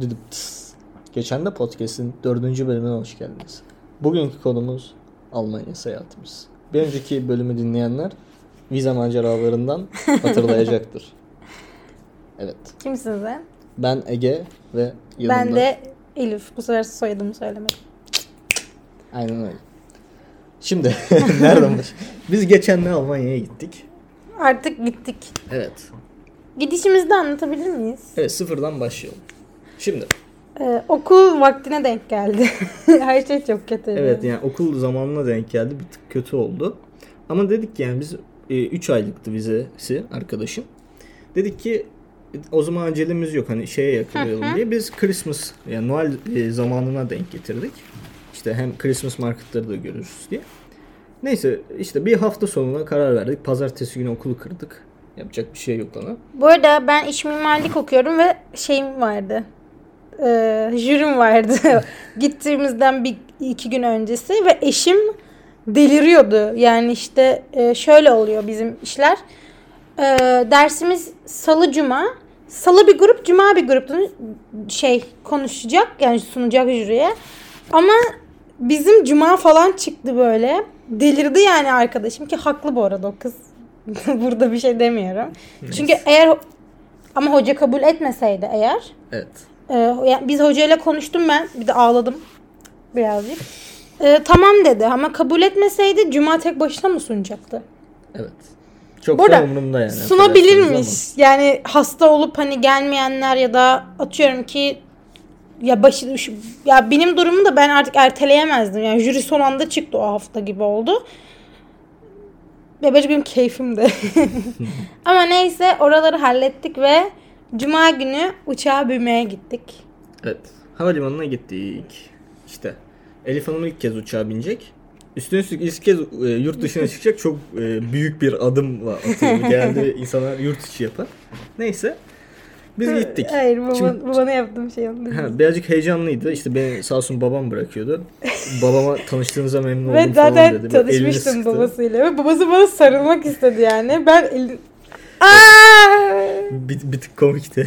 Düdüp tıs. Geçen de podcast'in dördüncü bölümüne hoş geldiniz. Bugünkü konumuz Almanya seyahatimiz. Bir önceki bölümü dinleyenler vize maceralarından hatırlayacaktır. Evet. Kimsiniz he? Ben Ege ve yanımda... Ben de Elif. Bu sefer soyadımı söylemedim. Aynen öyle. Şimdi nereden baş... Biz geçen de Almanya'ya gittik. Artık gittik. Evet. Gidişimizi de anlatabilir miyiz? Evet sıfırdan başlayalım. Şimdi Ee, okul vaktine denk geldi. Her şey çok kötü. Evet yani okul zamanına denk geldi. Bir tık kötü oldu. Ama dedik ki yani biz 3 aylıktı vizesi arkadaşım. Dedik ki e, o zaman acelemiz yok hani şeye yakalayalım diye. Biz Christmas yani Noel e, zamanına denk getirdik. İşte hem Christmas marketları da görürüz diye. Neyse işte bir hafta sonuna karar verdik. Pazartesi günü okulu kırdık. Yapacak bir şey yok ona. Bu arada ben iş mimarlık okuyorum ve şeyim vardı. Ee, jürim vardı. Gittiğimizden bir iki gün öncesi ve eşim deliriyordu. Yani işte e, şöyle oluyor bizim işler. Ee, dersimiz salı cuma. Salı bir grup, cuma bir grup şey konuşacak yani sunacak jüriye. Ama bizim cuma falan çıktı böyle. Delirdi yani arkadaşım ki haklı bu arada o kız. Burada bir şey demiyorum. Çünkü eğer ama hoca kabul etmeseydi eğer Evet. e, ya- biz hocayla konuştum ben bir de ağladım birazcık. E, tamam dedi ama kabul etmeseydi cuma tek başına mı sunacaktı? Evet. Çok Bu da arada umurumda yani. Sunabilirmiş. Yani hasta olup hani gelmeyenler ya da atıyorum ki ya başı şu- ya benim durumum da ben artık erteleyemezdim. Yani jüri son anda çıktı o hafta gibi oldu. Ve böyle benim keyfim de. Ama neyse oraları hallettik ve cuma günü uçağa binmeye gittik. Evet. Havalimanına gittik. İşte. Elif Hanım ilk kez uçağa binecek. Üstüne üstlük ilk kez e, yurt dışına çıkacak çok e, büyük bir adımla atıyor. Genelde insanlar yurt içi yapar. Neyse. Biz gittik. Hayır baba, Şimdi- babana yaptığım şey oldu. Ha, birazcık heyecanlıydı. İşte beni sağ olsun babam bırakıyordu. Babama tanıştığınıza memnun oldum Ve falan zaten dedi. Böyle elini tanışmıştım sıktı. babasıyla. Ve babası bana sarılmak istedi yani. Ben elin... Aa! Bir, bir tık komikti.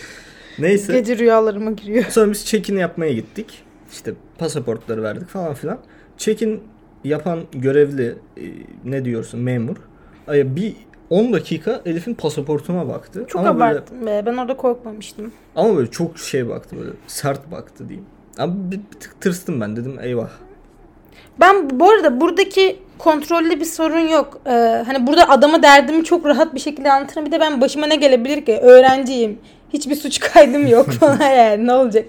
Neyse. Gece rüyalarıma giriyor. Sonra biz check-in yapmaya gittik. İşte pasaportları verdik falan filan. Check-in yapan görevli e, ne diyorsun memur. Ay, Bir 10 dakika Elif'in pasaportuna baktı. Çok ama böyle, abarttım be. Ben orada korkmamıştım. ama böyle çok şey baktı böyle sert baktı diyeyim. Ama bir, bir tık tırstım ben dedim eyvah. Ben bu arada buradaki kontrolde bir sorun yok. Ee, hani burada adama derdimi çok rahat bir şekilde anlatırım. Bir de ben başıma ne gelebilir ki? Öğrenciyim. Hiçbir suç kaydım yok falan yani ne olacak?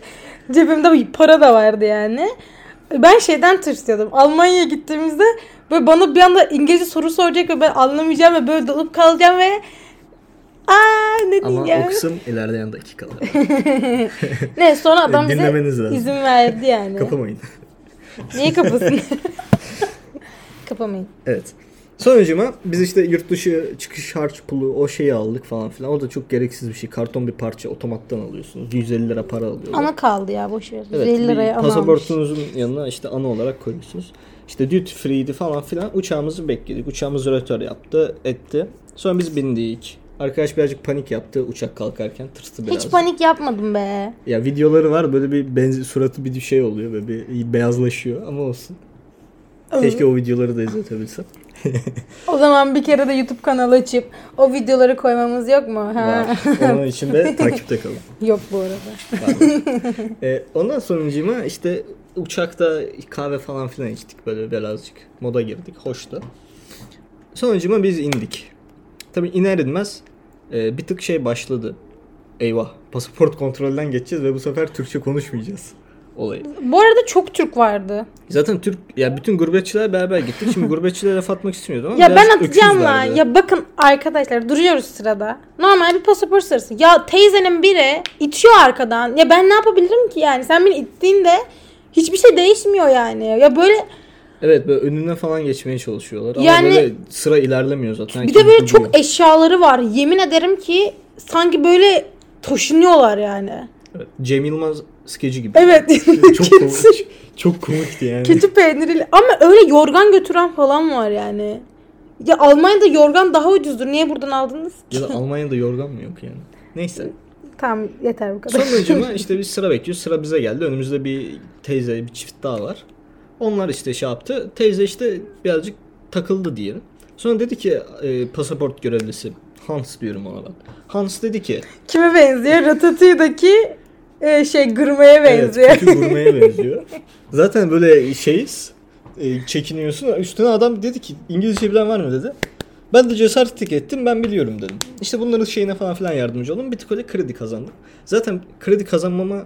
Cebimde bir para da vardı yani. Ben şeyden tırsıyordum. Almanya'ya gittiğimizde böyle bana bir anda İngilizce soru soracak ve ben anlamayacağım ve böyle dalıp kalacağım ve aa ne diyeyim Ama ya? o kısım ilerleyen dakikalarda. Ne sonra adam bize E, Dinlemeniz lazım. izin verdi yani. Kapamayın. Niye kapasın? Kapamayın. Evet. Sonucuma biz işte yurt dışı çıkış harç pulu o şeyi aldık falan filan. O da çok gereksiz bir şey. Karton bir parça otomattan alıyorsunuz. 150 lira para alıyor. Ana kaldı ya boş ver. Evet, 150 bir liraya ana almış. pasaportunuzun yanına işte ana olarak koyuyorsunuz. İşte duty free'di falan filan uçağımızı bekledik. Uçağımız rötör yaptı, etti. Sonra biz bindik. Arkadaş birazcık panik yaptı uçak kalkarken tırstı biraz. Hiç panik yapmadım be. Ya videoları var böyle bir benzi suratı bir şey oluyor böyle bir beyazlaşıyor ama olsun. Keşke o videoları da izletebilsem. O zaman bir kere de YouTube kanalı açıp o videoları koymamız yok mu? Ha. Var. Onun için de takipte kalın. yok bu arada. Pardon. Ee, ondan sonucuma işte uçakta kahve falan filan içtik böyle birazcık moda girdik hoştu. Sonucuma biz indik. Tabii iner inmez e, bir tık şey başladı. Eyvah pasaport kontrolden geçeceğiz ve bu sefer Türkçe konuşmayacağız olayı. Bu arada çok Türk vardı. Zaten Türk ya bütün gurbetçiler beraber gittik. Şimdi gurbetçilere laf atmak istemiyordum ama Ya ben birazcık öküzlerdi. atacağım lan. Ya bakın arkadaşlar duruyoruz sırada. Normal bir pasaport sırası. Ya teyzenin biri itiyor arkadan. Ya ben ne yapabilirim ki yani? Sen beni ittiğinde hiçbir şey değişmiyor yani. Ya böyle Evet böyle önüne falan geçmeye çalışıyorlar ama Yani- böyle sıra ilerlemiyor zaten. Bir de böyle Herkes çok duruyor. eşyaları var. Yemin ederim ki sanki böyle taşınıyorlar yani. Evet, Cem Yılmaz skeci gibi. e- Evet. çok Kesin. komik. Çok komikti yani. Keçi peyniriyle. Ama öyle yorgan götüren falan var yani. Ya Almanya'da yorgan daha ucuzdur. Niye buradan aldınız? Ya da Almanya'da yorgan mı yok yani? Neyse. Tamam yeter bu kadar. Sonucuma işte bir sıra bekliyoruz. Sıra bize geldi. Önümüzde bir teyze, bir çift daha var. Onlar işte şey yaptı. Teyze işte birazcık takıldı diyelim. Sonra dedi ki e, pasaport görevlisi Hans diyorum ona bak. Hans dedi ki Kime benziyor? Ratatouille'daki e, şey gırmaya evet benziyor. kötü gurmeye benziyor. Zaten böyle şeyiz. e, çekiniyorsun. Üstüne adam dedi ki İngilizce bilen var mı dedi. Ben de cesaretlik ettim ben biliyorum dedim. İşte bunların şeyine falan filan yardımcı oldum. Bir tık öyle kredi kazandım. Zaten kredi kazanmama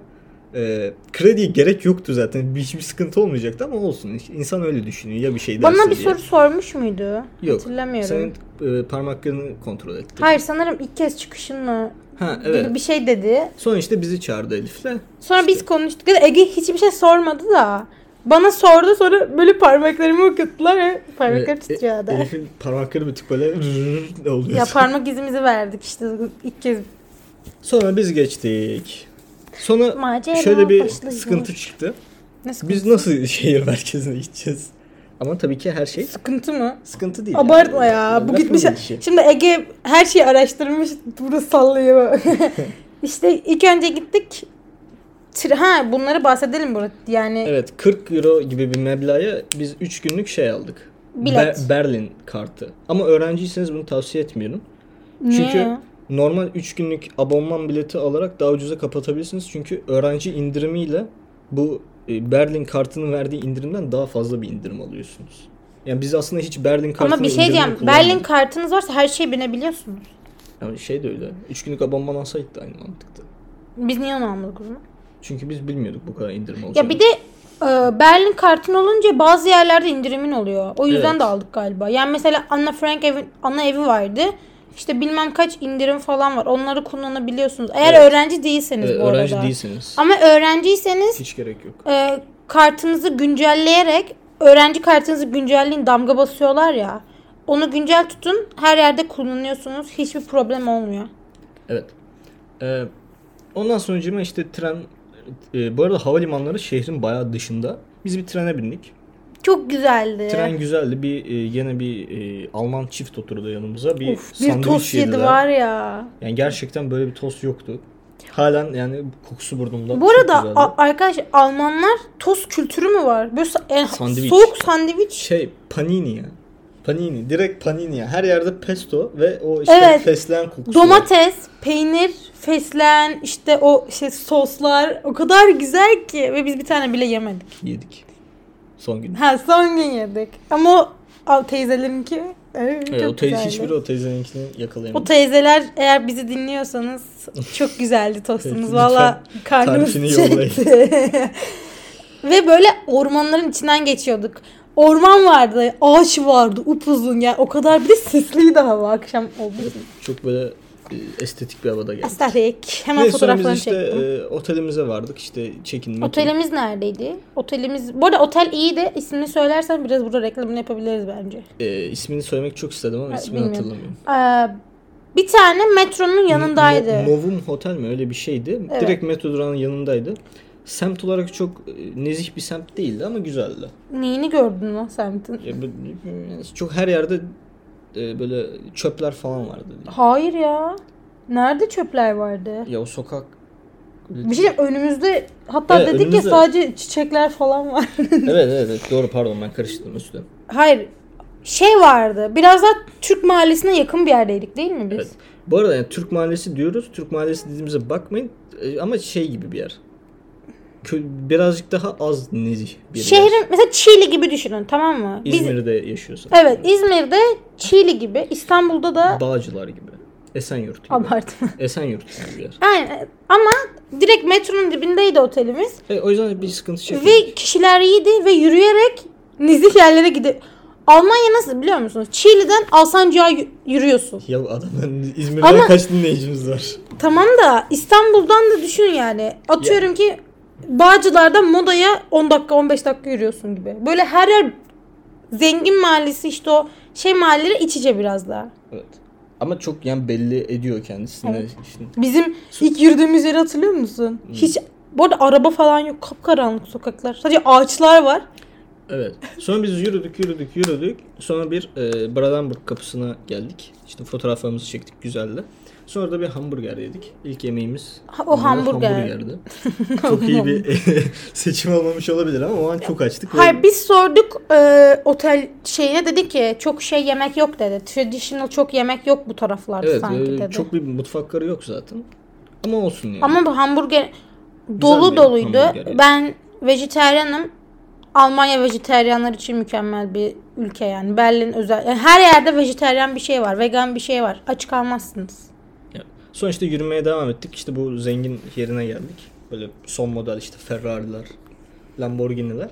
e, krediye gerek yoktu zaten. Bir- Hiçbir sıkıntı olmayacaktı ama olsun. İnsan öyle düşünüyor ya bir şey derse Bana bir diye. soru sormuş muydu? Yok. Hatırlamıyorum. Senin e, parmaklarını kontrol etti. Hayır sanırım ilk kez çıkışınla Ha gibi evet. bir şey dedi. Sonra işte bizi çağırdı Elif'le. Sonra biz konuştuk. Ege hiçbir şey sormadı da. Bana sordu sonra böyle parmaklarımı okuttular ve parmaklarım E, titriyor e, adam. Elif'in parmakları bir tık böyle ne oluyor. Ya parmak izimizi verdik işte ilk kez Sonra biz geçtik. Sonra Macera şöyle bir başlıyor. sıkıntı çıktı. Ne sıkıntı? Biz nasıl şehir merkezine gideceğiz? Ama tabii ki her şey Sıkıntı mı? sıkıntı değil. Abartma yani. şey. ya. Yani Bu lafın gitmiş. gelişi. Şimdi Ege her şeyi araştırmış. Burada sallıyor. işte ilk önce gittik. Tri- Ha bunları bahsedelim burada. Yani Evet 40 euro gibi bir meblağa biz 3 günlük şey aldık. Bilet. Ber- Berlin kartı. Ama öğrenciyseniz bunu tavsiye etmiyorum. niye? Çünkü normal 3 günlük abonman bileti alarak daha ucuza kapatabilirsiniz. Çünkü öğrenci indirimiyle bu e, Berlin kartının verdiği indirimden daha fazla bir indirim alıyorsunuz. Yani biz aslında hiç Berlin kartını Ama bir şey diyeceğim. Berlin kartınız varsa her şeye binebiliyorsunuz. yani şey de öyle. 3 günlük abonman alsaydık da aynı mantıkta. Biz niye onu almadık o zaman? Çünkü biz bilmiyorduk bu kadar indirim olacağını. Ya bir de e, Berlin kartın olunca bazı yerlerde indirimin oluyor. O yüzden Evet. de aldık galiba. Yani mesela Anna Frank evi, ana evi vardı. İşte bilmem kaç indirim falan var. Onları kullanabiliyorsunuz. Eğer Evet. öğrenci Ee, değilseniz bu öğrenci arada. değilseniz Ama öğrenciyseniz hiç gerek yok. e, kartınızı güncelleyerek öğrenci kartınızı güncelleyin damga basıyorlar ya. Onu güncel tutun. Her yerde kullanıyorsunuz. Hiçbir problem olmuyor. Evet. Ee, ondan sonucuma işte tren e, bu arada havalimanları şehrin bayağı dışında. Biz bir trene bindik. Çok güzeldi. Tren güzeldi. Bir e, yine bir e, Alman çift oturdu yanımıza. Bir Of, bir sandviç tost yedi yediler. var ya. Yani gerçekten böyle bir tost yoktu. Halen yani kokusu burnumda. Bu Çok arada güzeldi. a- arkadaş Almanlar tost kültürü mü var? Böyle sa- yani Sandviç. soğuk sandviç. şey panini ya. Panini, direkt panini ya. Her yerde pesto ve o işte Evet. fesleğen kokusu. Domates, peynir, fesleğen, işte o şey soslar o kadar güzel ki ve biz bir tane bile yemedik. yedik. Son gün. Ha son gün yedik. Ama o al teyzelerinki evet, Evet, çok o teyze güzeldi. hiçbiri o teyzeninkini yakalayamadı. O teyzeler eğer bizi dinliyorsanız çok güzeldi tostunuz. Lütfen Valla karnımız tarifini yollayın. çekti. Ve böyle ormanların içinden geçiyorduk. Orman vardı, ağaç vardı, upuzun yani o kadar bir de sisliydi hava akşam oldu. Çok böyle e, estetik bir havada geldi. Asterix. Hemen Neyse sonra fotoğraflarını biz işte çektim. e, otelimize vardık işte çekin. Otelimiz neredeydi? Otelimiz... Bu arada otel iyi de ismini söylersen biraz burada reklamını yapabiliriz bence. E, ismini söylemek çok istedim ama Ha, ismini bilmiyorum. hatırlamıyorum. Ee, bir tane metronun yanındaydı. Mo- Novum Hotel mi öyle bir şeydi. Evet. Direkt metro durağının yanındaydı. Semt olarak çok e, nezih bir semt değildi ama güzeldi. Neyini gördün lan semtin? Ya, bu- çok her yerde e, böyle çöpler falan vardı. Hayır ya. Nerede çöpler vardı? Ya o sokak Bir şey diyeyim, önümüzde hatta Evet, dedik önümüzde. ya sadece çiçekler falan var. evet, evet evet doğru pardon ben karıştırdım üstü. Hayır şey vardı biraz daha Türk mahallesine yakın bir yerdeydik değil mi biz? Evet. Bu arada yani Türk mahallesi diyoruz. Türk mahallesi dediğimize bakmayın E, ama şey gibi bir yer. Kö- Birazcık daha az nezih bir yer. Şehrin mesela Çiğli gibi düşünün tamam mı? Biz, İzmir'de yaşıyorsan. Evet İzmir'de Çiğli gibi İstanbul'da da Bağcılar gibi. Esenyurt gibi. abartma. Esenyurt gibi bir yer. Aynen ama direkt metronun dibindeydi otelimiz. E, o yüzden bir sıkıntı çekmedik. Ve kişiler iyiydi ve yürüyerek nezih yerlere gidip Almanya nasıl biliyor musunuz? Çiğli'den Alsancak'a y- yürüyorsun. Ya adamın İzmir'den Ama- kaç dinleyicimiz var? Tamam da İstanbul'dan da düşün yani. Atıyorum ki Bağcılar'dan Moda'ya 10 dakika 15 dakika yürüyorsun gibi. Böyle her yer zengin mahallesi işte o şey mahalleleri iç içe biraz daha. Evet. Ama çok yani belli ediyor kendisini. Şimdi Bizim ilk yürüdüğümüz yeri hatırlıyor musun? Hmm. Hiç bu arada araba falan yok. Kapkaranlık sokaklar. Sadece ağaçlar var. Evet. Sonra biz yürüdük, yürüdük, yürüdük. Sonra bir e, Brandenburg kapısına geldik. İşte fotoğraflarımızı çektik güzeldi. Sonra da bir hamburger yedik. İlk yemeğimiz Ha, o hamburger. hamburgerdi. çok iyi bir seçim olmamış olabilir ama o an çok açtık. ve- Hayır biz sorduk e, otel şeyine dedi ki çok şey yemek yok dedi. Traditional çok yemek yok bu taraflarda evet, sanki e, dedi. çok bir mutfakları yok zaten. Ama olsun yani. Ama bu hamburger dolu bir doluydu. hamburger yani. Ben vejetaryenim. Almanya vejetaryenler için mükemmel bir ülke yani. Berlin özel. yani her yerde vejetaryen bir şey var. Vegan bir şey var. Aç kalmazsınız. Yani. Sonra işte yürümeye devam ettik. İşte bu zengin yerine geldik. Böyle son model işte Ferrari'ler, Lamborghini'ler.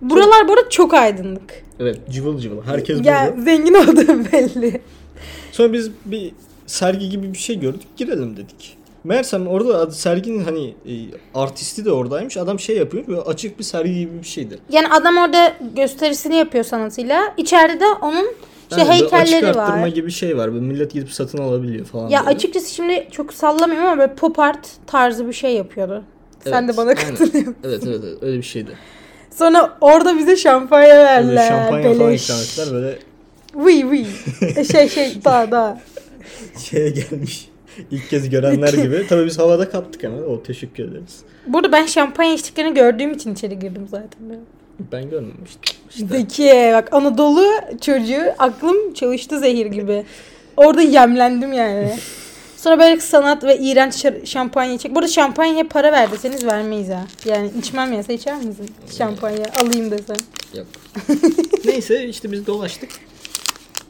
Buralar bu arada çok aydınlık. Evet cıvıl cıvıl. Herkes ya burada. zengin olduğu belli. Sonra biz bir sergi gibi bir şey gördük. Girelim dedik. Meğersem orada ad- serginin hani e, artisti de oradaymış. Adam şey yapıyor böyle açık bir sergi gibi bir şeydi. Yani adam orada gösterisini yapıyor sanatıyla. İçeride de onun Yani işte böyle heykelleri açık arttırma var. gibi bir şey var. Böyle millet gidip satın alabiliyor falan. Ya böyle. açıkçası şimdi çok sallamıyorum ama böyle pop art tarzı bir şey yapıyordu. Sen Evet, de bana aynen. katılıyorsun. Evet, evet evet öyle bir şeydi. Sonra orada bize şampanya Böyle verdiler. şampanya falan Beleş. ikram ettiler böyle Vıy vıy. E, şey şey daha daha. şeye gelmiş. İlk kez görenler gibi. Tabii biz havada kaptık hemen. O teşekkür ederiz. Burada ben şampanya içtiklerini gördüğüm için içeri girdim zaten. Ben. Ben görmemiştim. İşte. Zeki bak Anadolu çocuğu aklım çalıştı zehir gibi. Orada yemlendim yani. Sonra böyle sanat ve iğrenç şar- şampanya içecek. Burada şampanyaya para ver deseniz vermeyiz ha. Yani içmem yasa içer misin? Şampanya alayım desen. Yok. Neyse işte biz dolaştık.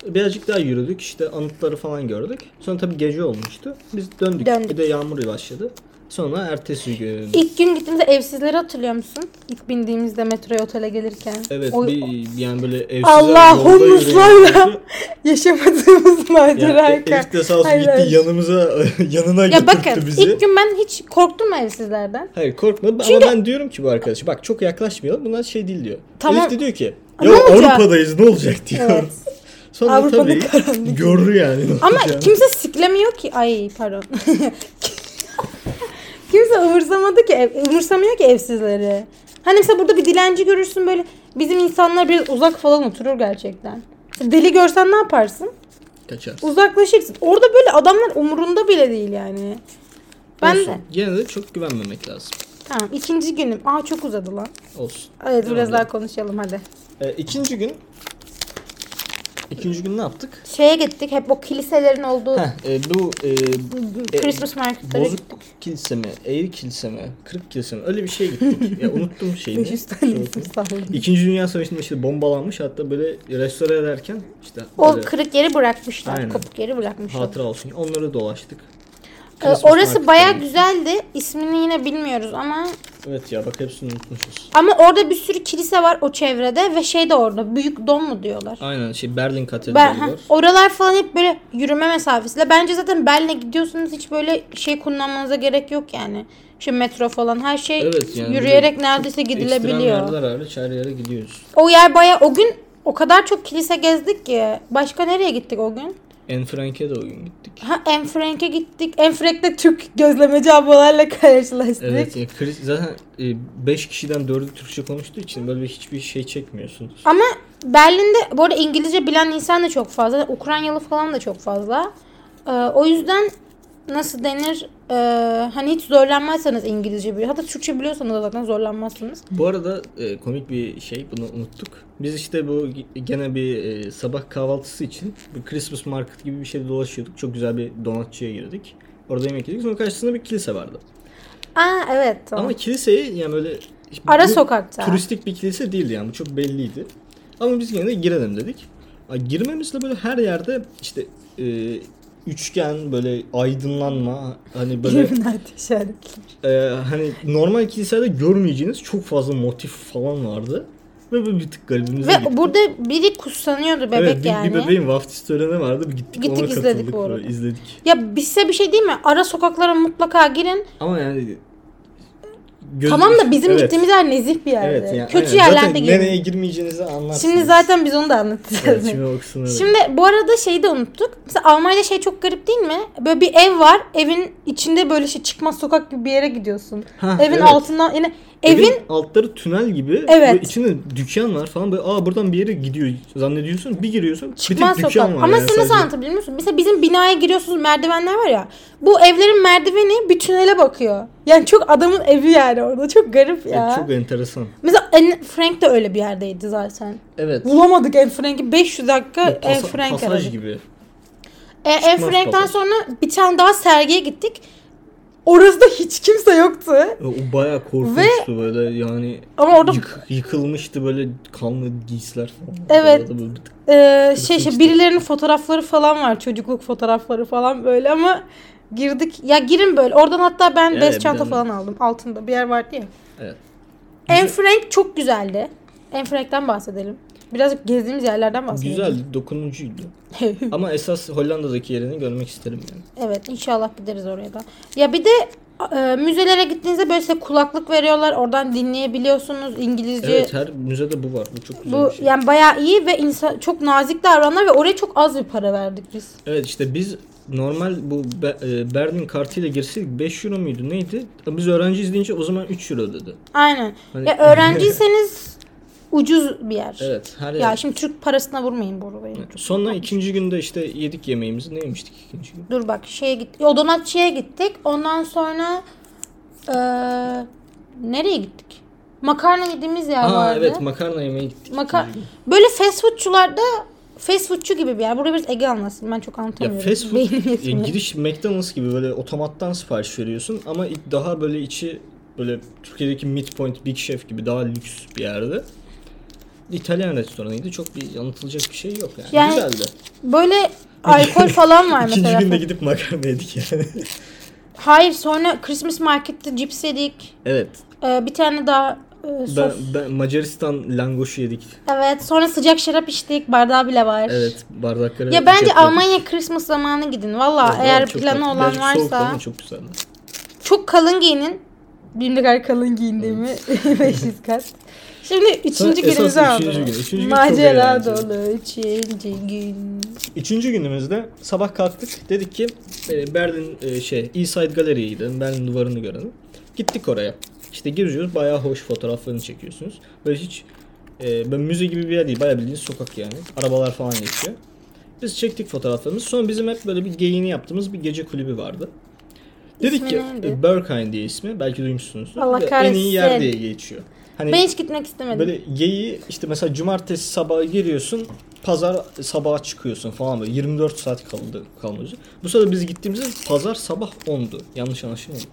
Birazcık daha yürüdük. İşte anıtları falan gördük. Sonra tabii gece olmuştu. Biz döndük. Döndük. Bir de yağmur başladı. Sonra ertesi gün. İlk gün gittiğimizde evsizleri hatırlıyor musun? İlk bindiğimizde metroya otele gelirken. Evet O- bir yani böyle evsiz Allah yolda yürüyoruz. homeless'larla yaşamadığımız Yani macerayken. Elif de sağ olsun Hayır, gitti hayır. yanımıza yanına Ya götürdü bakın bizi. ilk gün ben hiç korktum mu evsizlerden? Hayır korkma Çünkü- ama ben diyorum ki bu arkadaşa bak çok yaklaşmayalım bunlar şey değil diyor. Tamam. Elif de diyor ki Ne ya olacak?" Avrupa'dayız ne olacak diyor. Evet. Sonra Avrupa'nın tabii karanlığı. görür yani ne Ama olacağını. kimse siklemiyor ki. Ay pardon. kimse umursamadı ki. ev- Umursamıyor ki evsizleri. Hani mesela burada bir dilenci görürsün böyle bizim insanlar biraz uzak falan oturur gerçekten. Deli görsen ne yaparsın? Kaçar. Uzaklaşırsın. Orada böyle adamlar umurunda bile değil yani. Ben de. Olsun. Gene de çok güvenmemek lazım. Tamam ikinci günüm. Aa çok uzadı lan. Olsun. Evet Devam biraz edelim. daha konuşalım hadi. Ee, ikinci gün ikinci gün ne yaptık? Şeye gittik hep o kiliselerin olduğu Heh, e, bu e, e, Christmas marketlere bozuk gittik. kilise mi, eğri kilise mi, kırık kilise mi öyle bir şeye gittik. ya unuttum şeyini. 500 tane isim salladım. İkinci Dünya Savaşı'nda işte bombalanmış hatta böyle restore ederken işte O böyle kırık yeri bırakmışlar. Aynen. Kopuk yeri bırakmışlar. hatıra olsun. Onları dolaştık. Ee, Christmas orası market baya olmuş. güzeldi. İsmini yine bilmiyoruz ama Evet ya bak hepsini unutmuşuz. ama orada bir sürü kilise var o çevrede ve şey de orada büyük dom mu diyorlar. Aynen şey Berlin Ben, Katedrali ha, var. oralar falan hep böyle yürüme mesafesiyle. Bence zaten Berlin'e gidiyorsanız hiç böyle şey kullanmanıza gerek yok yani. Şu metro falan her şey Evet yani yürüyerek böyle neredeyse çok gidilebiliyor. Ekstrem yerler hariç her yere gidiyoruz. O yer baya o gün o kadar çok kilise gezdik ki. Başka nereye gittik o gün? En Frank'e de o gün gittik. Ha Enfrenk'e gittik. Enfrenk'te Türk gözlemeci ablalarla karşılaştık. Evet ya Chris zaten 5 kişiden 4'ü Türkçe konuştuğu için böyle hiçbir şey çekmiyorsunuz. Ama Berlin'de bu arada İngilizce bilen insan da çok fazla. Ukraynalı falan da çok fazla. Ee, o yüzden nasıl denir? Ee, hani hiç zorlanmazsanız İngilizce biliyor. Hatta Türkçe biliyorsanız da zaten zorlanmazsınız. Bu arada e, komik bir şey bunu unuttuk. Biz işte bu g- gene bir e, sabah kahvaltısı için bir Christmas market gibi bir şeyde dolaşıyorduk. Çok güzel bir donatçıya girdik. Orada yemek yedik. Sonra karşısında bir kilise vardı. Aa evet tamam. Ama kiliseyi yani böyle Ara bu sokakta. Turistik bir kilise değildi yani bu çok belliydi. Ama biz gene de girelim dedik. Ay, Girmemizle böyle her yerde işte e, üçgen böyle aydınlanma hani böyle Illuminati işareti. e, hani normal kiliselerde görmeyeceğiniz çok fazla motif falan vardı. Ve böyle bir tık garibimize Ve gitti. burada biri kutsanıyordu bebek evet, bir, yani. bir bebeğin vaftiz töreni vardı. Bir gittik, Gittik, ona izledik katıldık. bu arada. böyle, izledik. Ya size bir şey değil mi? Ara sokaklara mutlaka girin. Ama yani Göz- Tamam da bizim Evet. gittiğimiz yer nezih bir yerdi. Evet, yani Kötü aynen. yerlerde Zaten girdik. nereye girmeyeceğinizi anlarsınız. Şimdi zaten biz onu da anlatacağız. Evet, şimdi o kısmını da- Şimdi bu arada şeyi de unuttuk. Mesela Almanya'da şey çok garip değil mi? Böyle bir ev var. Evin içinde böyle şey çıkmaz sokak gibi bir yere gidiyorsun. Ha, evin Ah, evet. altından yine evin, Evin altları tünel gibi. Evet. Böyle içinde dükkan var falan. Böyle, Aa buradan bir yere gidiyor zannediyorsun. Bir giriyorsun. çıkmaz bir tek sokak. dükkan var. Ama yani sen nasıl sadece. anlatabiliyor musun? Mesela bizim binaya giriyorsunuz merdivenler var ya. Bu evlerin merdiveni bir tünele bakıyor. Yani çok adamın evi yani orada. Çok garip ya. Evet, çok enteresan. Mesela Anne Frank de öyle bir yerdeydi zaten. Evet. Bulamadık Anne Frank'i. 500 dakika Bu Anne pasa- Frank pasaj aradık. gibi. E, Anne Çıkmaz Frank'ten pasaj. sonra bir tane daha sergiye gittik. Orası da hiç kimse yoktu. E, O bayağı korkunçtu böyle yani Ama orada yık- yıkılmıştı böyle kanlı giysiler falan. Evet. Orada böyle bir tık- e, şey şey işte. birilerinin fotoğrafları falan var. Çocukluk fotoğrafları falan böyle ama girdik. Ya girin böyle. Oradan hatta ben Evet, bez bir çanta de- falan aldım. Altında bir yer vardı ya. Evet. Anne Frank çok güzeldi. Anne Frank'ten bahsedelim. Birazcık gezdiğimiz yerlerden bahsedelim. Güzel, dokunucuydu. Ama esas Hollanda'daki yerini görmek isterim yani. Evet inşallah gideriz oraya da. Ya bir de e, müzelere gittiğinizde böyle size kulaklık veriyorlar. Oradan dinleyebiliyorsunuz İngilizce. Evet, her müzede bu var. Bu çok güzel Bu bir şey. yani bayağı iyi ve insan çok nazik davranlar ve oraya çok az bir para verdik biz. Evet işte biz normal bu Be- e, Berlin kartıyla girseydik 5 euro muydu neydi? Ha, Biz öğrenci izleyince o zaman 3 euro dedi. Aynen. Hani- Ya öğrenciyseniz ucuz bir yer. Evet her Ya yer. şimdi Türk parasına vurmayın bu arabayı. Sonra ikinci günde işte yedik yemeğimizi. Ne yemiştik ikinci gün? Dur bak şeye gittik. O donatçıya gittik. Ondan sonra e, nereye gittik? Makarna yediğimiz yer Aa vardı. evet makarna yemeye gittik. Maka ikinci gün. böyle fast foodçularda fast foodçu gibi bir yer. Buraya biraz Ege anlasın. Ben çok Ya anlatamıyorum. fast food Beynim e, yetmiyor. giriş McDonald's gibi böyle otomattan sipariş veriyorsun ama ilk daha böyle içi böyle Türkiye'deki Midpoint Big Chef gibi daha lüks bir yerde. İtalyan restoranıydı. Çok bir anlatılacak bir şey yok yani. Yani- Güzeldi. Böyle alkol falan var İkinci mesela. günde gidip makarna yedik yani. Hayır sonra Christmas Market'te cips yedik. evet. E, bir tane daha e, sos. Ben, ben Macaristan langoşu yedik. Evet sonra sıcak şarap içtik. Bardağı bile var. Evet bardakları. Ya bence cepte- Almanya Christmas zamanı gidin. Valla Evet, eğer çok planı tatlı. olan Birazcık soğuktu varsa ama çok güzeldi. çok kalın giyinin. Benim de kadar kalın giyindiğimi 500 kat. Şimdi üçüncü esas günümüzü üçüncü aldım. gün. Üçüncü gün çok Macera eğlenceli. dolu üçüncü gün. Üçüncü günümüzde sabah kalktık. Dedik ki e, Berlin e, şey East Side Gallery'ye gidelim. Berlin duvarını görelim. Gittik oraya. İşte giriyoruz. Bayağı hoş fotoğraflarını çekiyorsunuz. Böyle hiç e, böyle müze gibi bir yer değil. Bayağı bildiğiniz sokak yani. Arabalar falan geçiyor. Biz çektik fotoğraflarımızı. Sonra bizim hep böyle bir geyini yaptığımız bir gece kulübü vardı. Dedik İsmi ki neydi? e, Berghain diye ismi. Belki duymuşsunuzdur. Allah Ve En iyi yer kahretsin. diye geçiyor. Hani Ben hiç gitmek istemedim. Böyle geyi işte mesela cumartesi sabahı giriyorsun, pazar sabaha çıkıyorsun falan böyle 24 saat kaldı kalmıyoruz. Bu sırada biz gittiğimizde pazar sabah 10'du. Yanlış anlaşılmasın.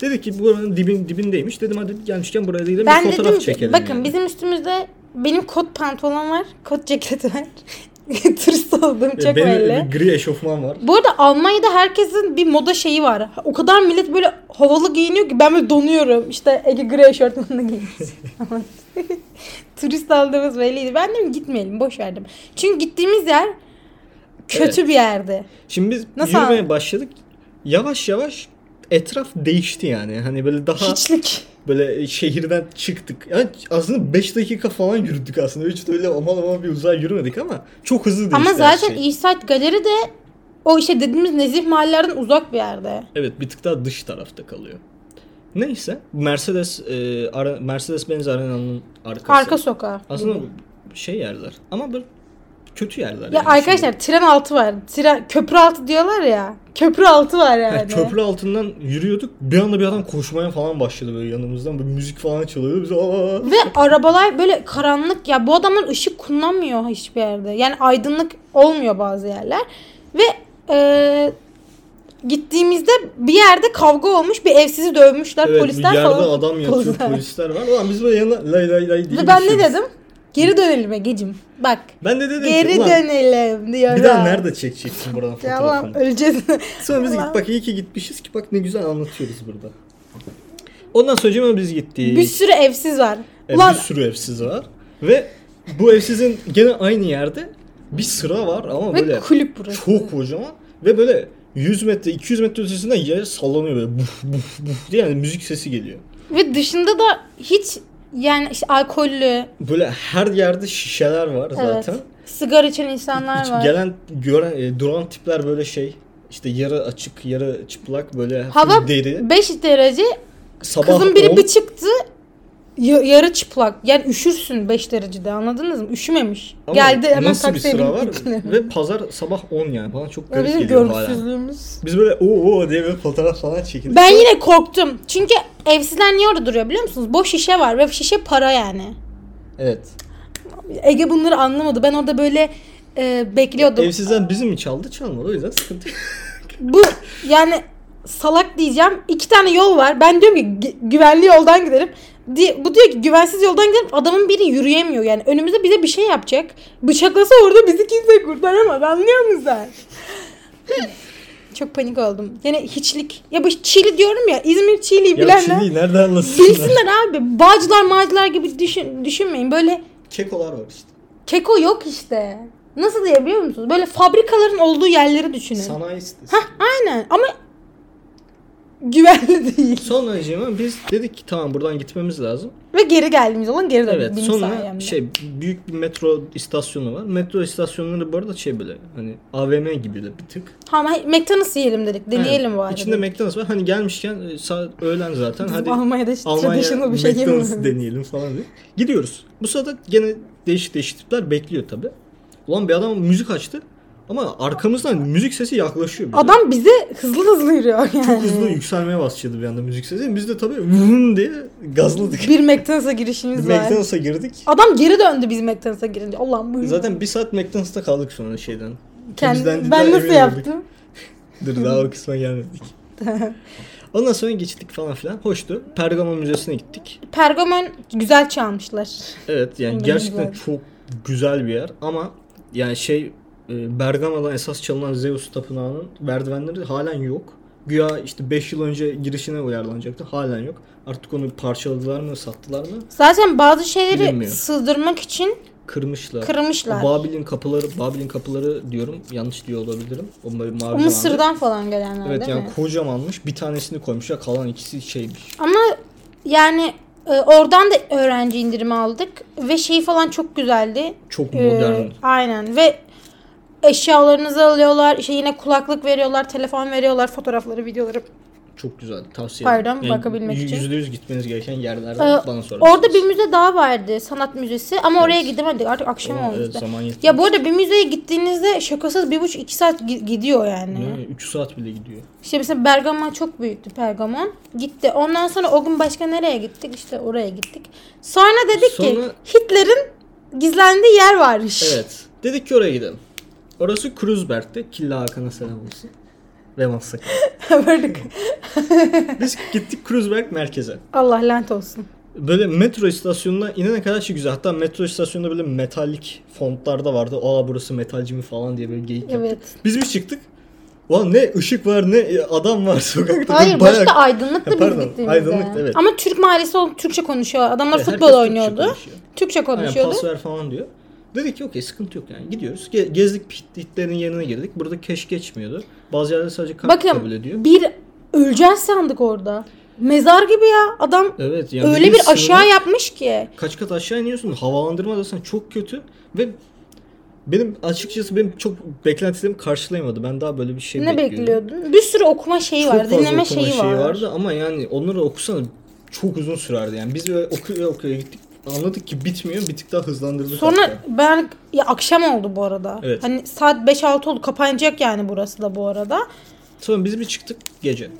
Dedi ki buranın dibin dibindeymiş. Dedim hadi gelmişken buraya da gidelim ben bir dedim fotoğraf ki çekelim. bakın yani. bizim üstümüzde benim kot pantolon var, kot ceket var. Turist olduğum Ve çok E, Benim belli. bir gri eşofman var. Bu arada Almanya'da herkesin bir moda şeyi var. O kadar millet böyle havalı giyiniyor ki ben böyle donuyorum. İşte Ege Grey şortlarını giymiş. Turist aldığımız belliydi. Ben dedim gitmeyelim boş verdim. Çünkü gittiğimiz yer kötü bir yerdi. Şimdi biz Nasıl yürümeye abi? başladık. Yavaş yavaş etraf değişti yani. Hani böyle daha Hiçlik. böyle şehirden çıktık. Yani aslında 5 dakika falan yürüdük aslında. Hiç de öyle aman aman bir uzağa yürümedik ama çok hızlı değişti Ama her zaten şey. East Side Galeri de o işte dediğimiz nezih mahallelerden uzak bir yerde. Evet bir tık daha dış tarafta kalıyor. Neyse Mercedes e, ara, Mercedes Benz Arena'nın arkası. Arka sokağa. Aslında şey yerler ama böyle kötü yerler. Ya yani. arkadaşlar tren altı var. Tren, köprü altı diyorlar ya. Köprü altı var yani. Ha, köprü altından yürüyorduk. Bir anda bir adam koşmaya falan başladı böyle yanımızdan. Böyle müzik falan çalıyordu. Biz aa. Ve arabalar böyle karanlık ya bu adamlar ışık kullanmıyor hiçbir yerde. Yani aydınlık olmuyor bazı yerler. Ve e, gittiğimizde bir yerde kavga olmuş bir evsizi dövmüşler Evet, polisler yerde falan. adam yatıyor Polisler. polisler var. Ulan biz böyle yanına lay lay lay diye Ve ben ne geçiyoruz. dedim? Geri dönelim Ege'cim. Bak Ben de dedim geri ki ulan dönelim diyorum. bir daha nerede çekeceksin buradan Ya lan fotoğrafını? öleceğiz. Sonra biz gittik bak iyi ki gitmişiz ki bak ne güzel anlatıyoruz burada. Ondan sonra biz gittik. bir sürü evsiz var. E, Ulan bir sürü evsiz var. Ve bu evsizin gene aynı yerde bir sıra var ama ve böyle kulüp burası. çok kocaman. Ve böyle 100 metre 200 metre ötesinden yer sallanıyor böyle buf buf buf diye yani müzik sesi geliyor. Ve dışında da hiç yani işte alkollü, Böyle her yerde şişeler var zaten. evet, sigara içen insanlar Hiç var. Gelen gören e, duran tipler böyle şey işte yarı açık yarı çıplak böyle hafif Hava deri. 5 derece Sabah kızın biri 10 bir çıktı ya- yarı çıplak. Yani üşürsün 5 derecede anladınız mı? Üşümemiş. ama Geldi hemen nasıl bir taksiye sıra var bindi. ve pazar sabah 10 yani bana çok garip Öyle bir geliyor hala. görgüsüzlüğümüz. Biz böyle o o diye böyle fotoğraf falan çekildik. Ben yine korktum. Çünkü evsizler niye orada duruyor biliyor musunuz? Boş şişe var ve şişe para yani. Evet. Ege bunları anlamadı. Ben orada böyle e, bekliyordum. Evsizden bizim mi çaldı çalmadı o yüzden sıkıntı yok. Bu yani salak diyeceğim. İki tane yol var. Ben diyorum ki gü- güvenli yoldan gidelim. Di- bu diyor ki güvensiz yoldan gidelim. Adamın biri yürüyemiyor yani. Önümüzde bize bir şey yapacak. Bıçaklasa orada bizi kimse kurtaramaz. Anlıyor musun sen? Çok panik oldum. Yani hiçlik. Ya bu Çili diyorum ya. İzmir Çiğli'yi ya bilenler. Çinliyi nereden anlasınlar? Bilsinler abi. Bağcılar mağcılar gibi düşün, düşünmeyin. Böyle Kekolar var işte. keko yok işte. Nasıl diyebiliyor musunuz? Böyle fabrikaların olduğu yerleri düşünün. Sanayi sitesi. Hah aynen ama güvenli değil. Sonra Civan biz dedik ki tamam buradan gitmemiz lazım. Ve geri geldiğimiz olan geri döndük. Evet benim sonra sayemde. şey büyük bir metro istasyonu var. Metro istasyonları bu arada şey böyle hani AVM gibi de bir tık. Ha, ma- McDonald's yiyelim dedik. Deneyelim Aynen. bari. İçinde McDonald's var. Hani gelmişken e, saat öğlen zaten. Hadi Almanya'da hiç Almanya traditional bir şey McDonald's yemeyelim. deneyelim falan diye. Gidiyoruz. Bu sırada gene değişik değişik tipler bekliyor tabi. Ulan bir adam müzik açtı. Ama arkamızdan müzik sesi yaklaşıyor. bize. Adam bize hızlı hızlı yürüyor yani. Çok hızlı yükselmeye başladı bir anda müzik sesi. Biz de tabii vın diye gazladık. Bir McDonald's'a girişimiz var. McDonald's'a girdik. Adam geri döndü biz McDonald's'a girince. Allah'ım buyurun. Zaten bir saat McDonald's'ta kaldık sonra şeyden. Kendi- temizlendi de ben nasıl emin olduk. yaptım? Dur daha o kısma gelmedik. Ondan sonra geçtik falan filan. Hoştu. Pergama Müzesi'ne gittik. Pergamon güzel çalmışlar. Evet yani Benim gerçekten güzel. çok güzel bir yer ama yani şey e, Bergama'dan esas çalınan Zeus Tapınağı'nın merdivenleri halen yok. Güya işte 5 yıl önce girişine uyarlanacaktı. Halen yok. Artık onu parçaladılar mı, sattılar mı? Zaten bazı şeyleri Bilinmiyor. sığdırmak için Kırmışlar. kırmışlar. Babil'in kapıları, Babil'in kapıları diyorum. Yanlış diyor olabilirim. O mavi mavi O olan. Mısır'dan falan gelenler Evet değil yani mi? kocamanmış. Bir tanesini koymuşlar. Kalan ikisi şeymiş. Ama yani e, oradan da öğrenci indirimi aldık ve şey falan çok güzeldi. Çok Ee, modern. aynen ve eşyalarınızı alıyorlar. İşte yine kulaklık veriyorlar, telefon veriyorlar, fotoğrafları, videoları. Çok güzel. Tavsiye Pardon, bakabilmek y- için. %100 gitmeniz gereken yerlerden Ee, bana sorarsanız. Orada bir müze daha vardı, sanat müzesi ama oraya gidemedik. Artık akşam Ama, evet, olmuştu. e, zaman yetmedi. şey Ya bu arada bir müzeye gittiğinizde şakasız bir buçuk iki saat gi- gidiyor yani. 3 saat bile gidiyor. İşte mesela Bergama çok büyüktü Pergamon. Gitti. Ondan sonra o gün başka nereye gittik? İşte oraya gittik. Sonra dedik ki Sonra- Hitler'in gizlendiği yer varmış. Evet. Dedik ki oraya gidelim. Orası Kruzberg'de. Killa Hakan'a selam olsun. Ve Masak. Vardık. Biz gittik Kruzberg merkeze. Allah lanet olsun. Böyle metro istasyonuna inene kadar şey güzel. Hatta metro istasyonunda böyle metalik fontlarda vardı. Aa burası metalci mi falan diye böyle geyik yaptık. Evet. Biz bir çıktık. Ulan ne ışık var ne adam var sokakta. Hayır Bayağı- başta aydınlıktı Ya biz pardon, gittiğimizde. aydınlıktı, evet. Ama Türk mahallesi olup Türkçe konuşuyor. Adamlar Evet, futbol herkes Türkçe oynuyordu. Türkçe, konuşuyor. Aynen konuşuyordu. pas ver falan diyor. Dedik ki okey sıkıntı yok yani gidiyoruz. Ge- gezdik pit- pitlerin yerine girdik. Burada keş geçmiyordu. Bazı yerlerde sadece kart kabul ediyor. Bakın bir öleceğiz sandık orada. Mezar gibi ya. Adam Evet yani öyle bir bildiğin aşağı sınırı- yapmış ki. Kaç kat aşağı iniyorsun havalandırma adasına çok kötü ve benim açıkçası benim çok beklentilerimi karşılayamadı. Ben daha böyle bir şey Ne bekliyordum. bekliyordun? Bir sürü okuma şeyi Çok Şey var, fazla dinleme okuma şeyi, var. vardı ama yani onları okusana çok uzun sürerdi yani. Biz böyle okuya okuya gittik. Anladık ki bitmiyor. Bir tık daha hızlandırdık. Sonra hatta. ben ya akşam oldu bu arada. Evet. Hani saat 5-6 oldu. Kapanacak yani burası da bu arada. Sonra biz bir çıktık gece.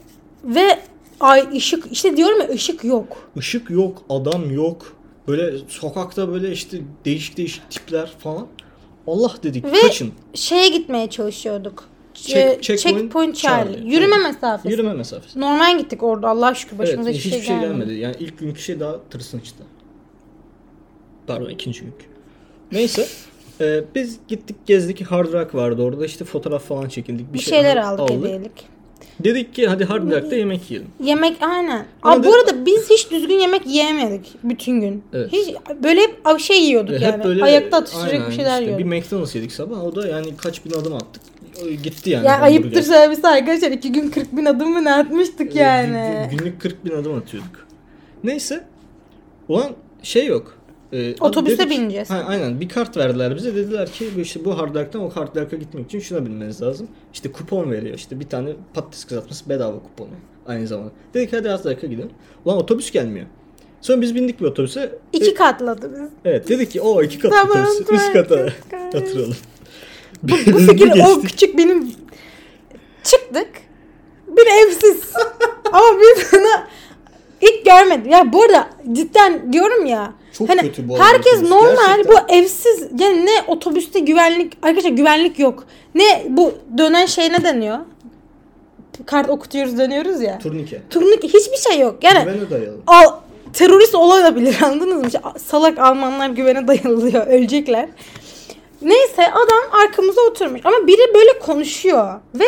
Ve ay ışık işte diyorum ya ışık yok. Işık yok, adam yok. Böyle sokakta böyle işte değişik değişik tipler falan. Allah dedik Ve- kaçın. Şeye gitmeye çalışıyorduk. Check- Ee, checkpoint Charlie. Charlie. Yürüme Evet. mesafesi. Yürüme mesafesi. Normal gittik orada Allah şükür başımıza evet, hiçbir, şey, gelmedi. gelmedi. Yani ilk günkü şey daha tırsınçtı. Pardon ikinci günkü. Neyse. e, biz gittik gezdik. Hard Rock vardı orada. işte fotoğraf falan çekildik. Bir şeyler aldık hediyelik. Dedik ki hadi Hard Rock'ta yemek yiyelim. Yemek aynen. Ama Abi bu de- arada biz hiç düzgün yemek yiyemedik bütün gün. Evet. Hiç böyle hep şey yiyorduk E, yani. Ayakta atıştıracak aynen bir şeyler işte. yiyorduk. Bir McDonald's yedik sabah. O da yani kaç bin adım attık. gitti yani. Ya hamburger. ayıptır söylemesi arkadaşlar. iki gün 40 bin adım mı ne atmıştık Ee, yani. gün- Günlük 40 bin adım atıyorduk. Neyse. Ulan şey yok. Ee, Otobüse dedik- bineceğiz. Ha, aynen bir kart verdiler bize. Dediler ki bu işte bu hardlarktan o hardlarka gitmek için şuna binmeniz lazım. İşte kupon veriyor. İşte bir tane patates kızartması bedava kuponu. Aynı zamanda. Dedik hadi hardlarka gidelim. Ulan otobüs gelmiyor. Sonra biz bindik bir otobüse. İki E, katladı biz. Evet dedik ki o iki kat Tamam, otobüs. Üst tamam, kata üst kata. yatıralım. Bu Biz bir fikir o geçtik. küçük benim çıktık. Bir evsiz. Ama bir sana ilk görmedim. Ya bu arada cidden diyorum ya. hani Çok kötü bu arada herkes otobüs, normal gerçekten. bu evsiz yani ne otobüste güvenlik arkadaşlar güvenlik yok. Ne bu dönen şey ne deniyor? Kart okutuyoruz dönüyoruz ya. Turnike. Turnike hiçbir şey yok. Yani Güvene dayalı. al, terörist olabilir anladınız mı? İşte Salak Almanlar güvene dayanılıyor. Ölecekler. Neyse adam arkamıza oturmuş. Ama biri böyle konuşuyor. Ve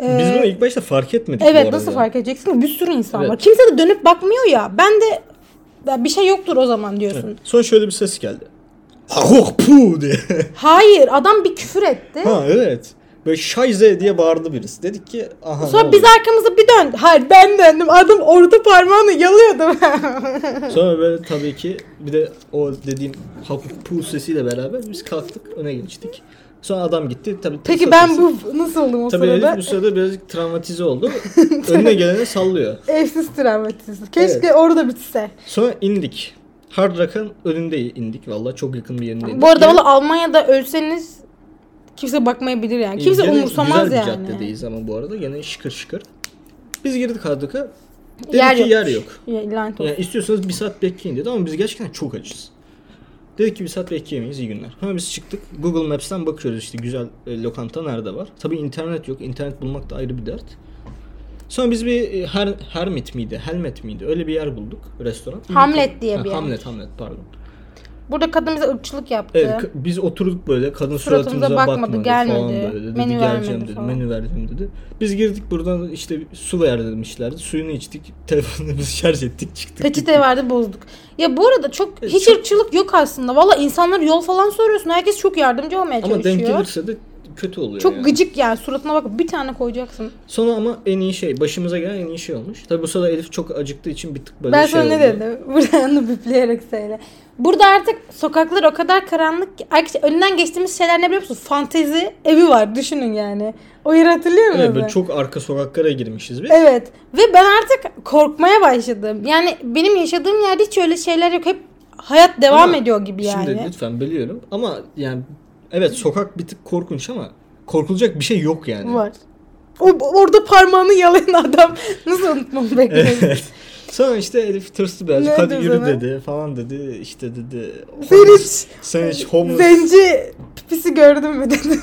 e, Biz bunu ilk başta fark etmedik bu Evet arada nasıl ya. fark edeceksin? Bir sürü insan Evet. var. Kimse de dönüp bakmıyor ya. Ben de ya bir şey yoktur o zaman diyorsun. Sonra şöyle bir ses geldi. Hahok pu diye. Hayır adam bir küfür etti. ha evet. Böyle şayze diye bağırdı birisi. Dedik ki aha ne Sonra biz oldu? arkamıza bir döndü. Hayır ben döndüm. Adam orada parmağını yalıyordu. Sonra böyle tabii ki bir de o dediğim hahok pu sesiyle beraber biz kalktık öne geçtik. Sonra adam gitti. Tabii Peki tırsa ben tırsa- bu nasıl oldum o Tabii sırada? Elif bu sırada birazcık travmatize oldu. Önüne gelene sallıyor. Evsiz travmatizm. Keşke Evet. orada bitse. Sonra indik. Hard Rock'ın önünde indik. Valla çok yakın bir yerindeydik. Bu arada Yine- valla Almanya'da ölseniz kimse bakmayabilir yani. Kimse Gene umursamaz güzel yani. bir caddedeyiz ama bu arada gene şıkır şıkır. Biz girdik Hard Rock'a. Dedik Yer ki yok. yer yok. Ya, lanet olsun. Yani istiyorsanız bir saat bekleyin dedi ama biz gerçekten çok açız. Dedik ki bir saat bekleyemeyiz iyi günler. Hemen biz çıktık Google Maps'ten bakıyoruz işte güzel e, lokanta nerede var. Tabii internet yok. internet bulmak da ayrı bir dert. Sonra biz bir e, Her Hermit miydi? Helmet miydi? Öyle bir yer bulduk. Restoran. Hamlet diye bir yer. Hamlet, Hamlet pardon. Burada kadın bize ırkçılık yaptı. Evet, k- biz oturduk böyle kadın Suratımıza suratımıza, bakmadı, bakmadı, gelmedi, falan böyle. Dedi menü geleceğim vermedi dedi, falan. menü vereceğim dedi. Biz girdik buradan işte su ver demişlerdi. Suyunu içtik, telefonumuzu şarj ettik çıktık. Peçete vardı bozduk. Ya bu arada çok E, hiç çok- ırkçılık yok aslında. Valla insanlar yol falan soruyorsun. Herkes çok yardımcı olmaya Ama denk çalışıyor. gelirse de kötü oluyor Çok yani. gıcık yani suratına bak bir tane koyacaksın. Sonra ama en iyi şey, başımıza gelen en iyi şey olmuş. Tabii bu sırada Elif çok acıktığı için bir tık böyle Ben şey sana ne oldu. dedim? Buranı büpleyerek söyle. Burada artık sokaklar o kadar karanlık ki. Arkadaşlar önünden geçtiğimiz şeyler ne biliyor musun? Fantezi evi var. Düşünün yani. O yeri hatırlıyor musun? Evet, böyle çok arka sokaklara girmişiz biz. Evet. Ve ben artık korkmaya başladım. Yani benim yaşadığım yerde hiç öyle şeyler yok. Hep hayat devam Ama ediyor gibi yani. Şimdi lütfen biliyorum ama yani evet sokak bir tık korkunç ama korkulacak bir şey yok yani. Var. O, orada parmağını yalayan adam nasıl unutmamı bekliyorum. Evet. Sonra işte Elif tırstı birazcık Ne hadi dedi yürü sana? dedi falan dedi işte dedi Sen homeless- hiç- sen hiç homeless Zenci pipisi gördün mü dedim.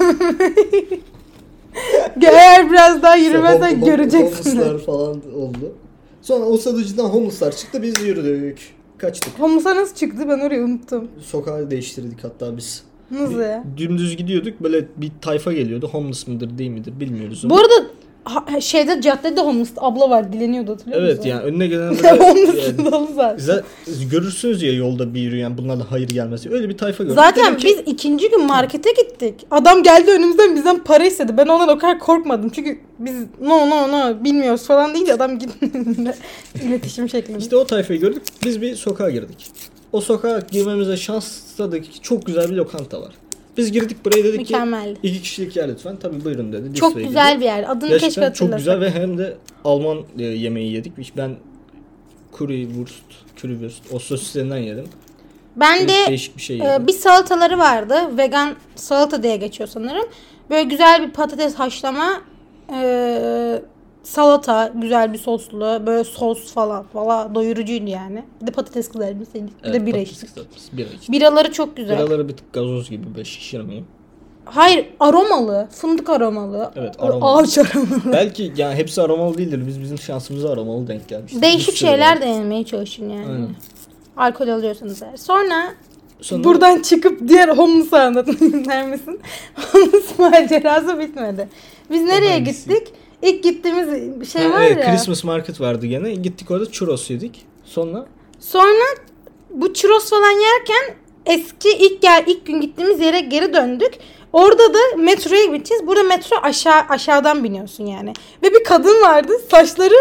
Eğer biraz daha işte yürümezsen hom- hom- göreceksin. homeless'lar falan oldu. Sonra o satıcıdan homeless'lar çıktı biz yürüdük. Kaçtık. Homusa nasıl çıktı ben orayı unuttum. Sokağı değiştirdik hatta biz. Nasıl ya? Dümdüz gidiyorduk böyle bir tayfa geliyordu. Homeless mıdır değil midir bilmiyoruz. ama. Bu arada ha- şeyde caddede homeless abla var dileniyordu hatırlıyor evet musun? yani önüne gelen homeless böyle dolu zaten. Zaten görürsünüz ya yolda bir yürüyen bunlarla hayır gelmez. Öyle bir tayfa gördük. Zaten Dedim ki, biz ikinci gün markete gittik. Adam geldi önümüzden bizden para istedi. Ben ondan o kadar korkmadım. Çünkü biz no no no bilmiyoruz falan deyince adam gitti. iletişim şeklinde. İşte o tayfayı gördük. Biz bir sokağa girdik. O sokağa girmemize şanstadaki çok güzel bir lokanta var. Biz girdik buraya dedik Mükemmel. ki iki kişilik yer lütfen. Tabii buyurun dedi. This çok way güzel şey dedi. bir şey yer. Adını keşke Gerçekten çok hatırlasak. güzel ve hem de Alman e, yemeği yedik. İşte Ben currywurst, currywurst o sosislerinden yedim. Ben de Değişik- değişik bir şey yedim. e, bir salataları vardı. Vegan salata diye geçiyor sanırım. Böyle güzel bir patates haşlama e, salata güzel bir soslu böyle sos falan valla doyurucuydu yani. Bir de patates kızartması yedik. Bir de Evet, bira patates içtik. kızartması, bira içtik. Biraları çok güzel. Biraları bir tık gazoz gibi böyle şişirmeyeyim. Hayır aromalı. Fındık aromalı. Evet, a- aromalı. Ağaç aromalı. Belki yani hepsi aromalı değildir. Biz bizim şansımıza aromalı denk gelmiştir. Bir Değişik sürü şeyler var. denemeye çalışın yani. Aynen. Alkol alıyorsanız eğer. Sonra Sonra- buradan çıkıp diğer homeless'ı anlatayım ister misin? Homeless macerası bitmedi. Biz nereye hangisi? gittik? İlk gittiğimiz şey Ha, var evet, ya. Christmas market vardı gene. Gittik orada churros yedik. Sonra Sonra bu churros falan yerken eski ilk gel ilk gün gittiğimiz yere geri döndük. Orada da metroya gideceğiz. Burada metro aşağı aşağıdan biniyorsun yani. Ve bir kadın vardı. Saçları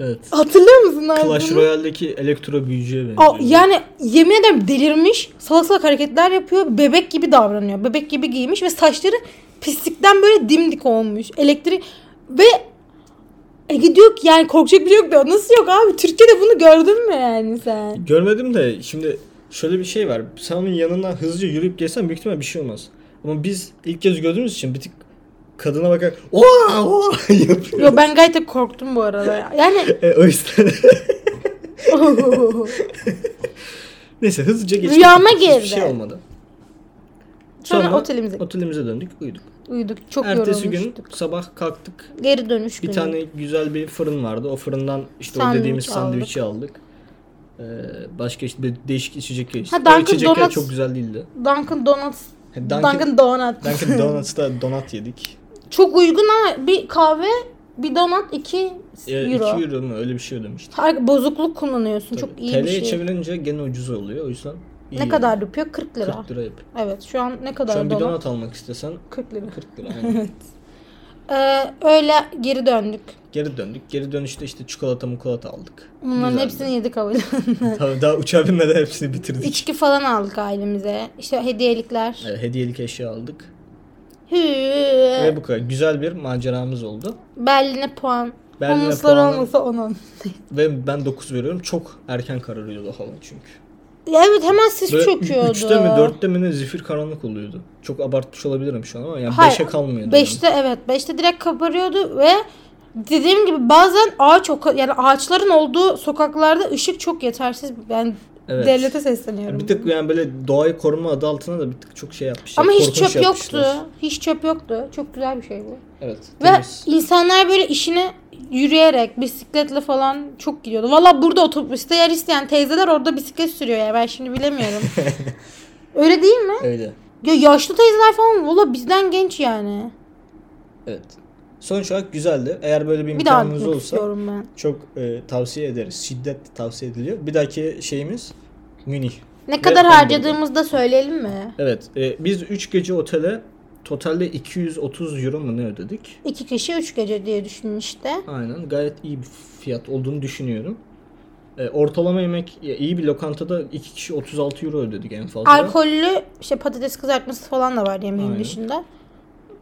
Evet. hatırlıyor musun? abi Clash bunu? Royale'deki elektro büyücüye Aa, benziyor. yani yemin ederim delirmiş. Salak salak hareketler yapıyor. Bebek gibi davranıyor. Bebek gibi giymiş ve saçları pislikten böyle dimdik olmuş. Elektrik ve Ege diyor ki yani korkacak bir şey yok diyor. Nasıl yok abi? Türkiye'de bunu gördün mü yani sen? Görmedim de şimdi şöyle bir şey var. Sen onun yanına hızlıca yürüyüp gelsen büyük ihtimal bir şey olmaz. Ama biz ilk kez gördüğümüz için bir tık kadına bakarak oha oha yapıyor. Yo ben gayet de korktum bu arada. ya. Yani E, o yüzden neyse hızlıca geçtik. Rüyama Hiçbir girdi. şey olmadı. Sonra otelimize- otelimize döndük uyuduk. uyuduk. Çok Ertesi gün yorulmuştuk. sabah kalktık. Geri dönüş Bir günü. tane güzel bir fırın vardı. O fırından işte o Sandviç dediğimiz sandviçi aldık. Ee, başka işte bir değişik içecek geçti. Ha, O Dunkin' içecekler Donuts- çok güzel değildi. Dunkin Donuts. Ha, Dunkin- Dunkin Donuts. Dunkin Donuts'ta donut yedik. Çok uygun ama bir kahve, bir donut 2 Ya, euro. 2 Ee, euro mu öyle bir şey ödemiştik. Hayır, bozukluk kullanıyorsun. Çok iyi TL'ye bir şey. çevirince gene ucuz oluyor. O yüzden iyi Ne yani. kadar yapıyor? 40 lira. 40 lira yapıyor. Evet şu an ne kadar Şu an bir dolar? donut almak istesen 40 lira. 40 lira. aynen. Ee, öyle geri döndük. Geri döndük. Geri dönüşte işte çikolata mukolata aldık. Bunların Güzeldi. hepsini yedik havalimanı. Tabii daha uçağa binmeden hepsini bitirdik. İçki falan aldık ailemize. İşte hediyelikler. Evet, hediyelik eşya aldık. Hı. Ve bu kadar güzel bir maceramız oldu. Berlin'e puan. Berlin'e Humuslar puanı- olmasa onun. Ve ben 9 veriyorum. Çok erken kararıyordu hava çünkü. Ya evet hemen sis Böyle çöküyordu. 3'te mi 4'te mi ne zifir karanlık oluyordu. Çok abartmış olabilirim şu an ama yani Hayır, 5'e kalmıyordu. yani. 5'te evet 5'te direkt kabarıyordu ve dediğim gibi bazen ağaç o ka- yani ağaçların olduğu sokaklarda ışık çok yetersiz. Ben Evet. devlete sesleniyorum. Yani bir tık yani böyle doğayı koruma adı altına da bir tık çok şey yapmışlar. Ama hiç korkunç çöp yoktu. yapmışlar. Hiç çöp yoktu. Çok güzel bir şey bu. Evet. Ve temiz. insanlar böyle işine yürüyerek, bisikletle falan çok gidiyordu. Valla burada otobüste yer isteyen teyzeler orada bisiklet sürüyor ya. Ben şimdi bilemiyorum. Öyle değil mi? Öyle. Ya yaşlı teyzeler falan valla bizden genç yani. Evet. Sonuç olarak güzeldi. Eğer böyle bir Bir daha imkanınız gitmek olsa istiyorum ben. çok e, tavsiye ederiz. Şiddetle tavsiye ediliyor. Bir dahaki şeyimiz Münih. Ne Ve kadar Hamburg'a. harcadığımızı da söyleyelim mi? Evet. e, biz 3 gece otele totalde 230 euro mu ne ödedik? İki kişi üç gece diye düşün işte. Aynen. Gayet iyi bir fiyat olduğunu düşünüyorum. E, ortalama yemek ya iyi bir lokantada 2 kişi 36 euro ödedik en fazla. Alkollü işte patates kızartması falan da var yemeğin Aynen. dışında.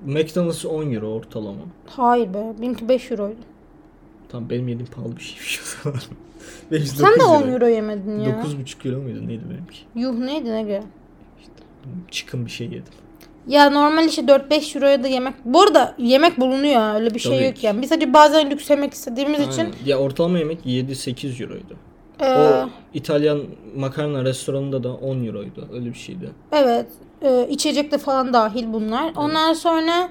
McDonald's 10 euro ortalama. Hayır be benimki 5 euroydu. Tamam benim yediğim pahalı bir şey şeymiş o zaman. Benim Sen de 9 10 euro yemedin ya. 9,5 euro muydu neydi benimki? Yuh neydi ne göre? Çıkın bir şey yedim. Ya normal işte 4-5 euroya da yemek. Bu arada yemek bulunuyor ha, öyle bir şey Tabii yok ki. yani. Biz sadece bazen lüks yemek istediğimiz için. Aynen. Ya ortalama yemek 7-8 euroydu. e, O İtalyan makarna restoranında da 10 euroydu. Öyle bir şeydi. evet e, içecek de falan dahil bunlar. Ondan sonra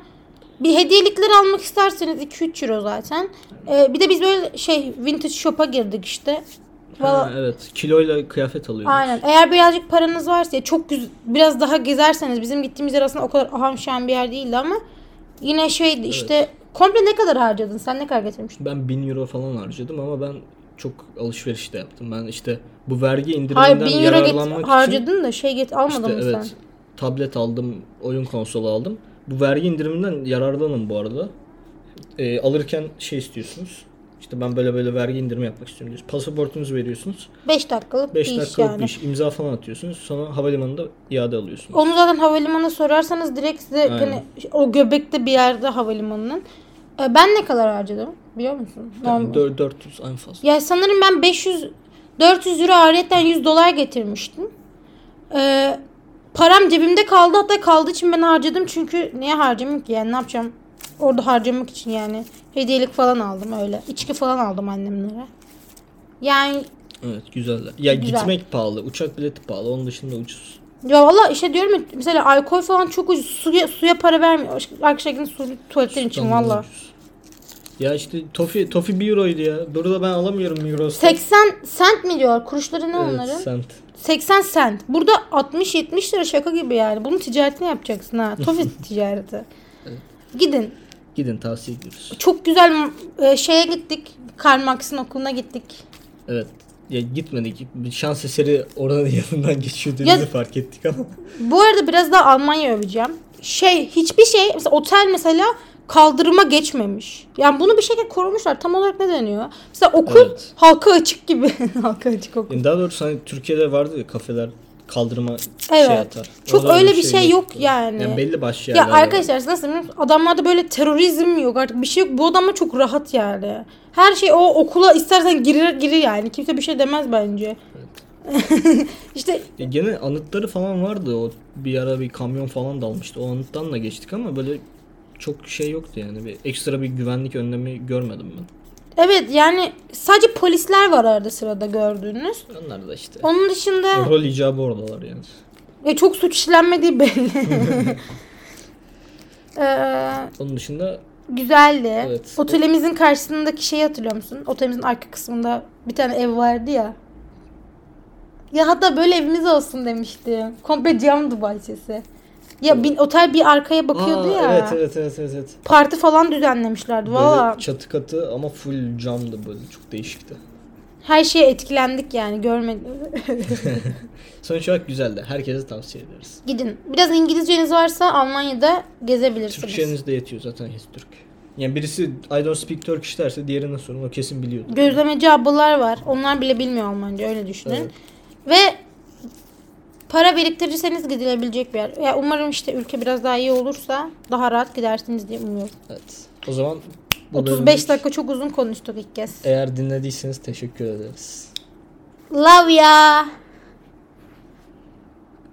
bir hediyelikler almak isterseniz 2-3 euro zaten. E, bir de biz böyle şey vintage shop'a girdik işte. Valla- Ha, evet. Kiloyla kıyafet alıyoruz. Aynen. Eğer birazcık paranız varsa ya çok güz- biraz daha gezerseniz bizim gittiğimiz yer aslında o kadar aham şaham bir yer değildi ama yine şeydi işte komple ne kadar harcadın? Sen ne kadar getirmiştin? Ben 1000 euro falan harcadım ama ben çok alışveriş de yaptım. Ben işte bu vergi Hayır indiriminden 1000 euro get- yararlanmak için harcadın da şey get almadın işte mı sen? evet tablet aldım, oyun konsolu aldım. Bu vergi indiriminden yararlanın bu arada. Ee, alırken şey istiyorsunuz. İşte ben böyle böyle vergi indirimi yapmak istiyorum diyorsunuz. Pasaportunuzu veriyorsunuz. 5 dakikalık 5 bir iş dakikalık yani. bir iş imza falan atıyorsunuz. Sonra havalimanında iade alıyorsunuz. Onu zaten havalimanına sorarsanız direkt size Aynen. hani o göbekte bir yerde havalimanının. E, Ben ne kadar harcadım biliyor musun? Normal. Yani dör- 400 en fazla. Ya sanırım ben 500 400 euro ayrıyeten 100 dolar getirmiştim. Ee, param cebimde kaldı hatta kaldığı için ben harcadım çünkü niye harcamayayım ki yani ne yapacağım? Orada harcamak için yani hediyelik falan aldım öyle. İçki falan aldım annemlere. Yani Evet güzeller. Ya Güzel. gitmek pahalı. Uçak bileti pahalı. Onun dışında ucuz. ya valla işte diyorum ya mesela alkol falan çok ucuz. Suya, suya para vermiyor. Arkadaşlar gidin su, tuvaletler için İstanbul'da valla. ucuz. Ya işte Tofi Tofi 1 euroydu ya. Burada ben alamıyorum euro. 80 cent mi diyor? Kuruşları ne onların? Evet, sent. 80 cent. Burada 60-70 lira şaka gibi yani. Bunun ticaretini yapacaksın ha. Tofit ticareti. Gidin. Gidin tavsiye ediyoruz. Çok güzel e, şeye gittik. Karl Marx'ın okuluna gittik. Evet. Ya gitmedik. Bir şans eseri oranın yanından geçiyor Ya- dediğini fark ettik ama. Bu arada biraz daha Almanya öveceğim. Şey hiçbir şey mesela otel mesela kaldırıma geçmemiş. Yani bunu bir şekilde korumuşlar. Tam olarak ne deniyor? Mesela okul Evet. halka açık gibi. halka açık okul. Yani daha doğrusu hani Türkiye'de vardı ya kafeler kaldırıma şey Evet. atar. Çok Orada öyle bir şey yok yani. Yani belli başlı Ya yerlerde var. arkadaşlar siz nasıl biliyor musunuz? Adamlarda böyle terörizm yok artık bir şey yok. Bu adamlar çok rahat yani. Her şey o okula istersen girir girir yani. Kimse bir şey demez bence. işte Ya gene anıtları falan vardı. O bir ara bir kamyon falan dalmıştı. O anıttan da geçtik ama böyle çok şey yoktu yani. Bir ekstra bir güvenlik önlemi görmedim ben. evet yani sadece polisler var arada sırada gördüğünüz. Onlar da işte. Onun dışında Rol icabı oradalar yani. ya çok suç işlenmediği belli. Ee, Onun dışında güzeldi. Evet. Otelimizin karşısındaki şeyi hatırlıyor musun? Otelimizin arka kısmında bir tane ev vardı ya. Ya hatta böyle evimiz olsun demişti. Komple camdı bahçesi. Ya bir, otel bir arkaya bakıyordu Aa, ya. Evet evet evet evet. evet. Parti falan düzenlemişlerdi Böyle valla. çatı katı ama full camdı böyle çok değişikti. Her şeye etkilendik yani görmedik. Sonuç olarak güzeldi. Herkese tavsiye ederiz. Gidin. Biraz İngilizceniz varsa Almanya'da gezebilirsiniz. Türkçeniz de yetiyor zaten hepsi Türk. Yani birisi I don't speak Turkish derse diğerine sorun o kesin biliyordu. Gözlemeci ablalar var. Onlar bile bilmiyor Almanca öyle düşünün. Evet. Ve para biriktirirseniz gidilebilecek bir yer. Ya umarım işte ülke biraz daha iyi olursa daha rahat gidersiniz diye umuyorum. Evet. O zaman bu 35 bölümlük- dakika çok uzun konuştuk ilk kez. Eğer dinlediyseniz teşekkür ederiz. Love ya.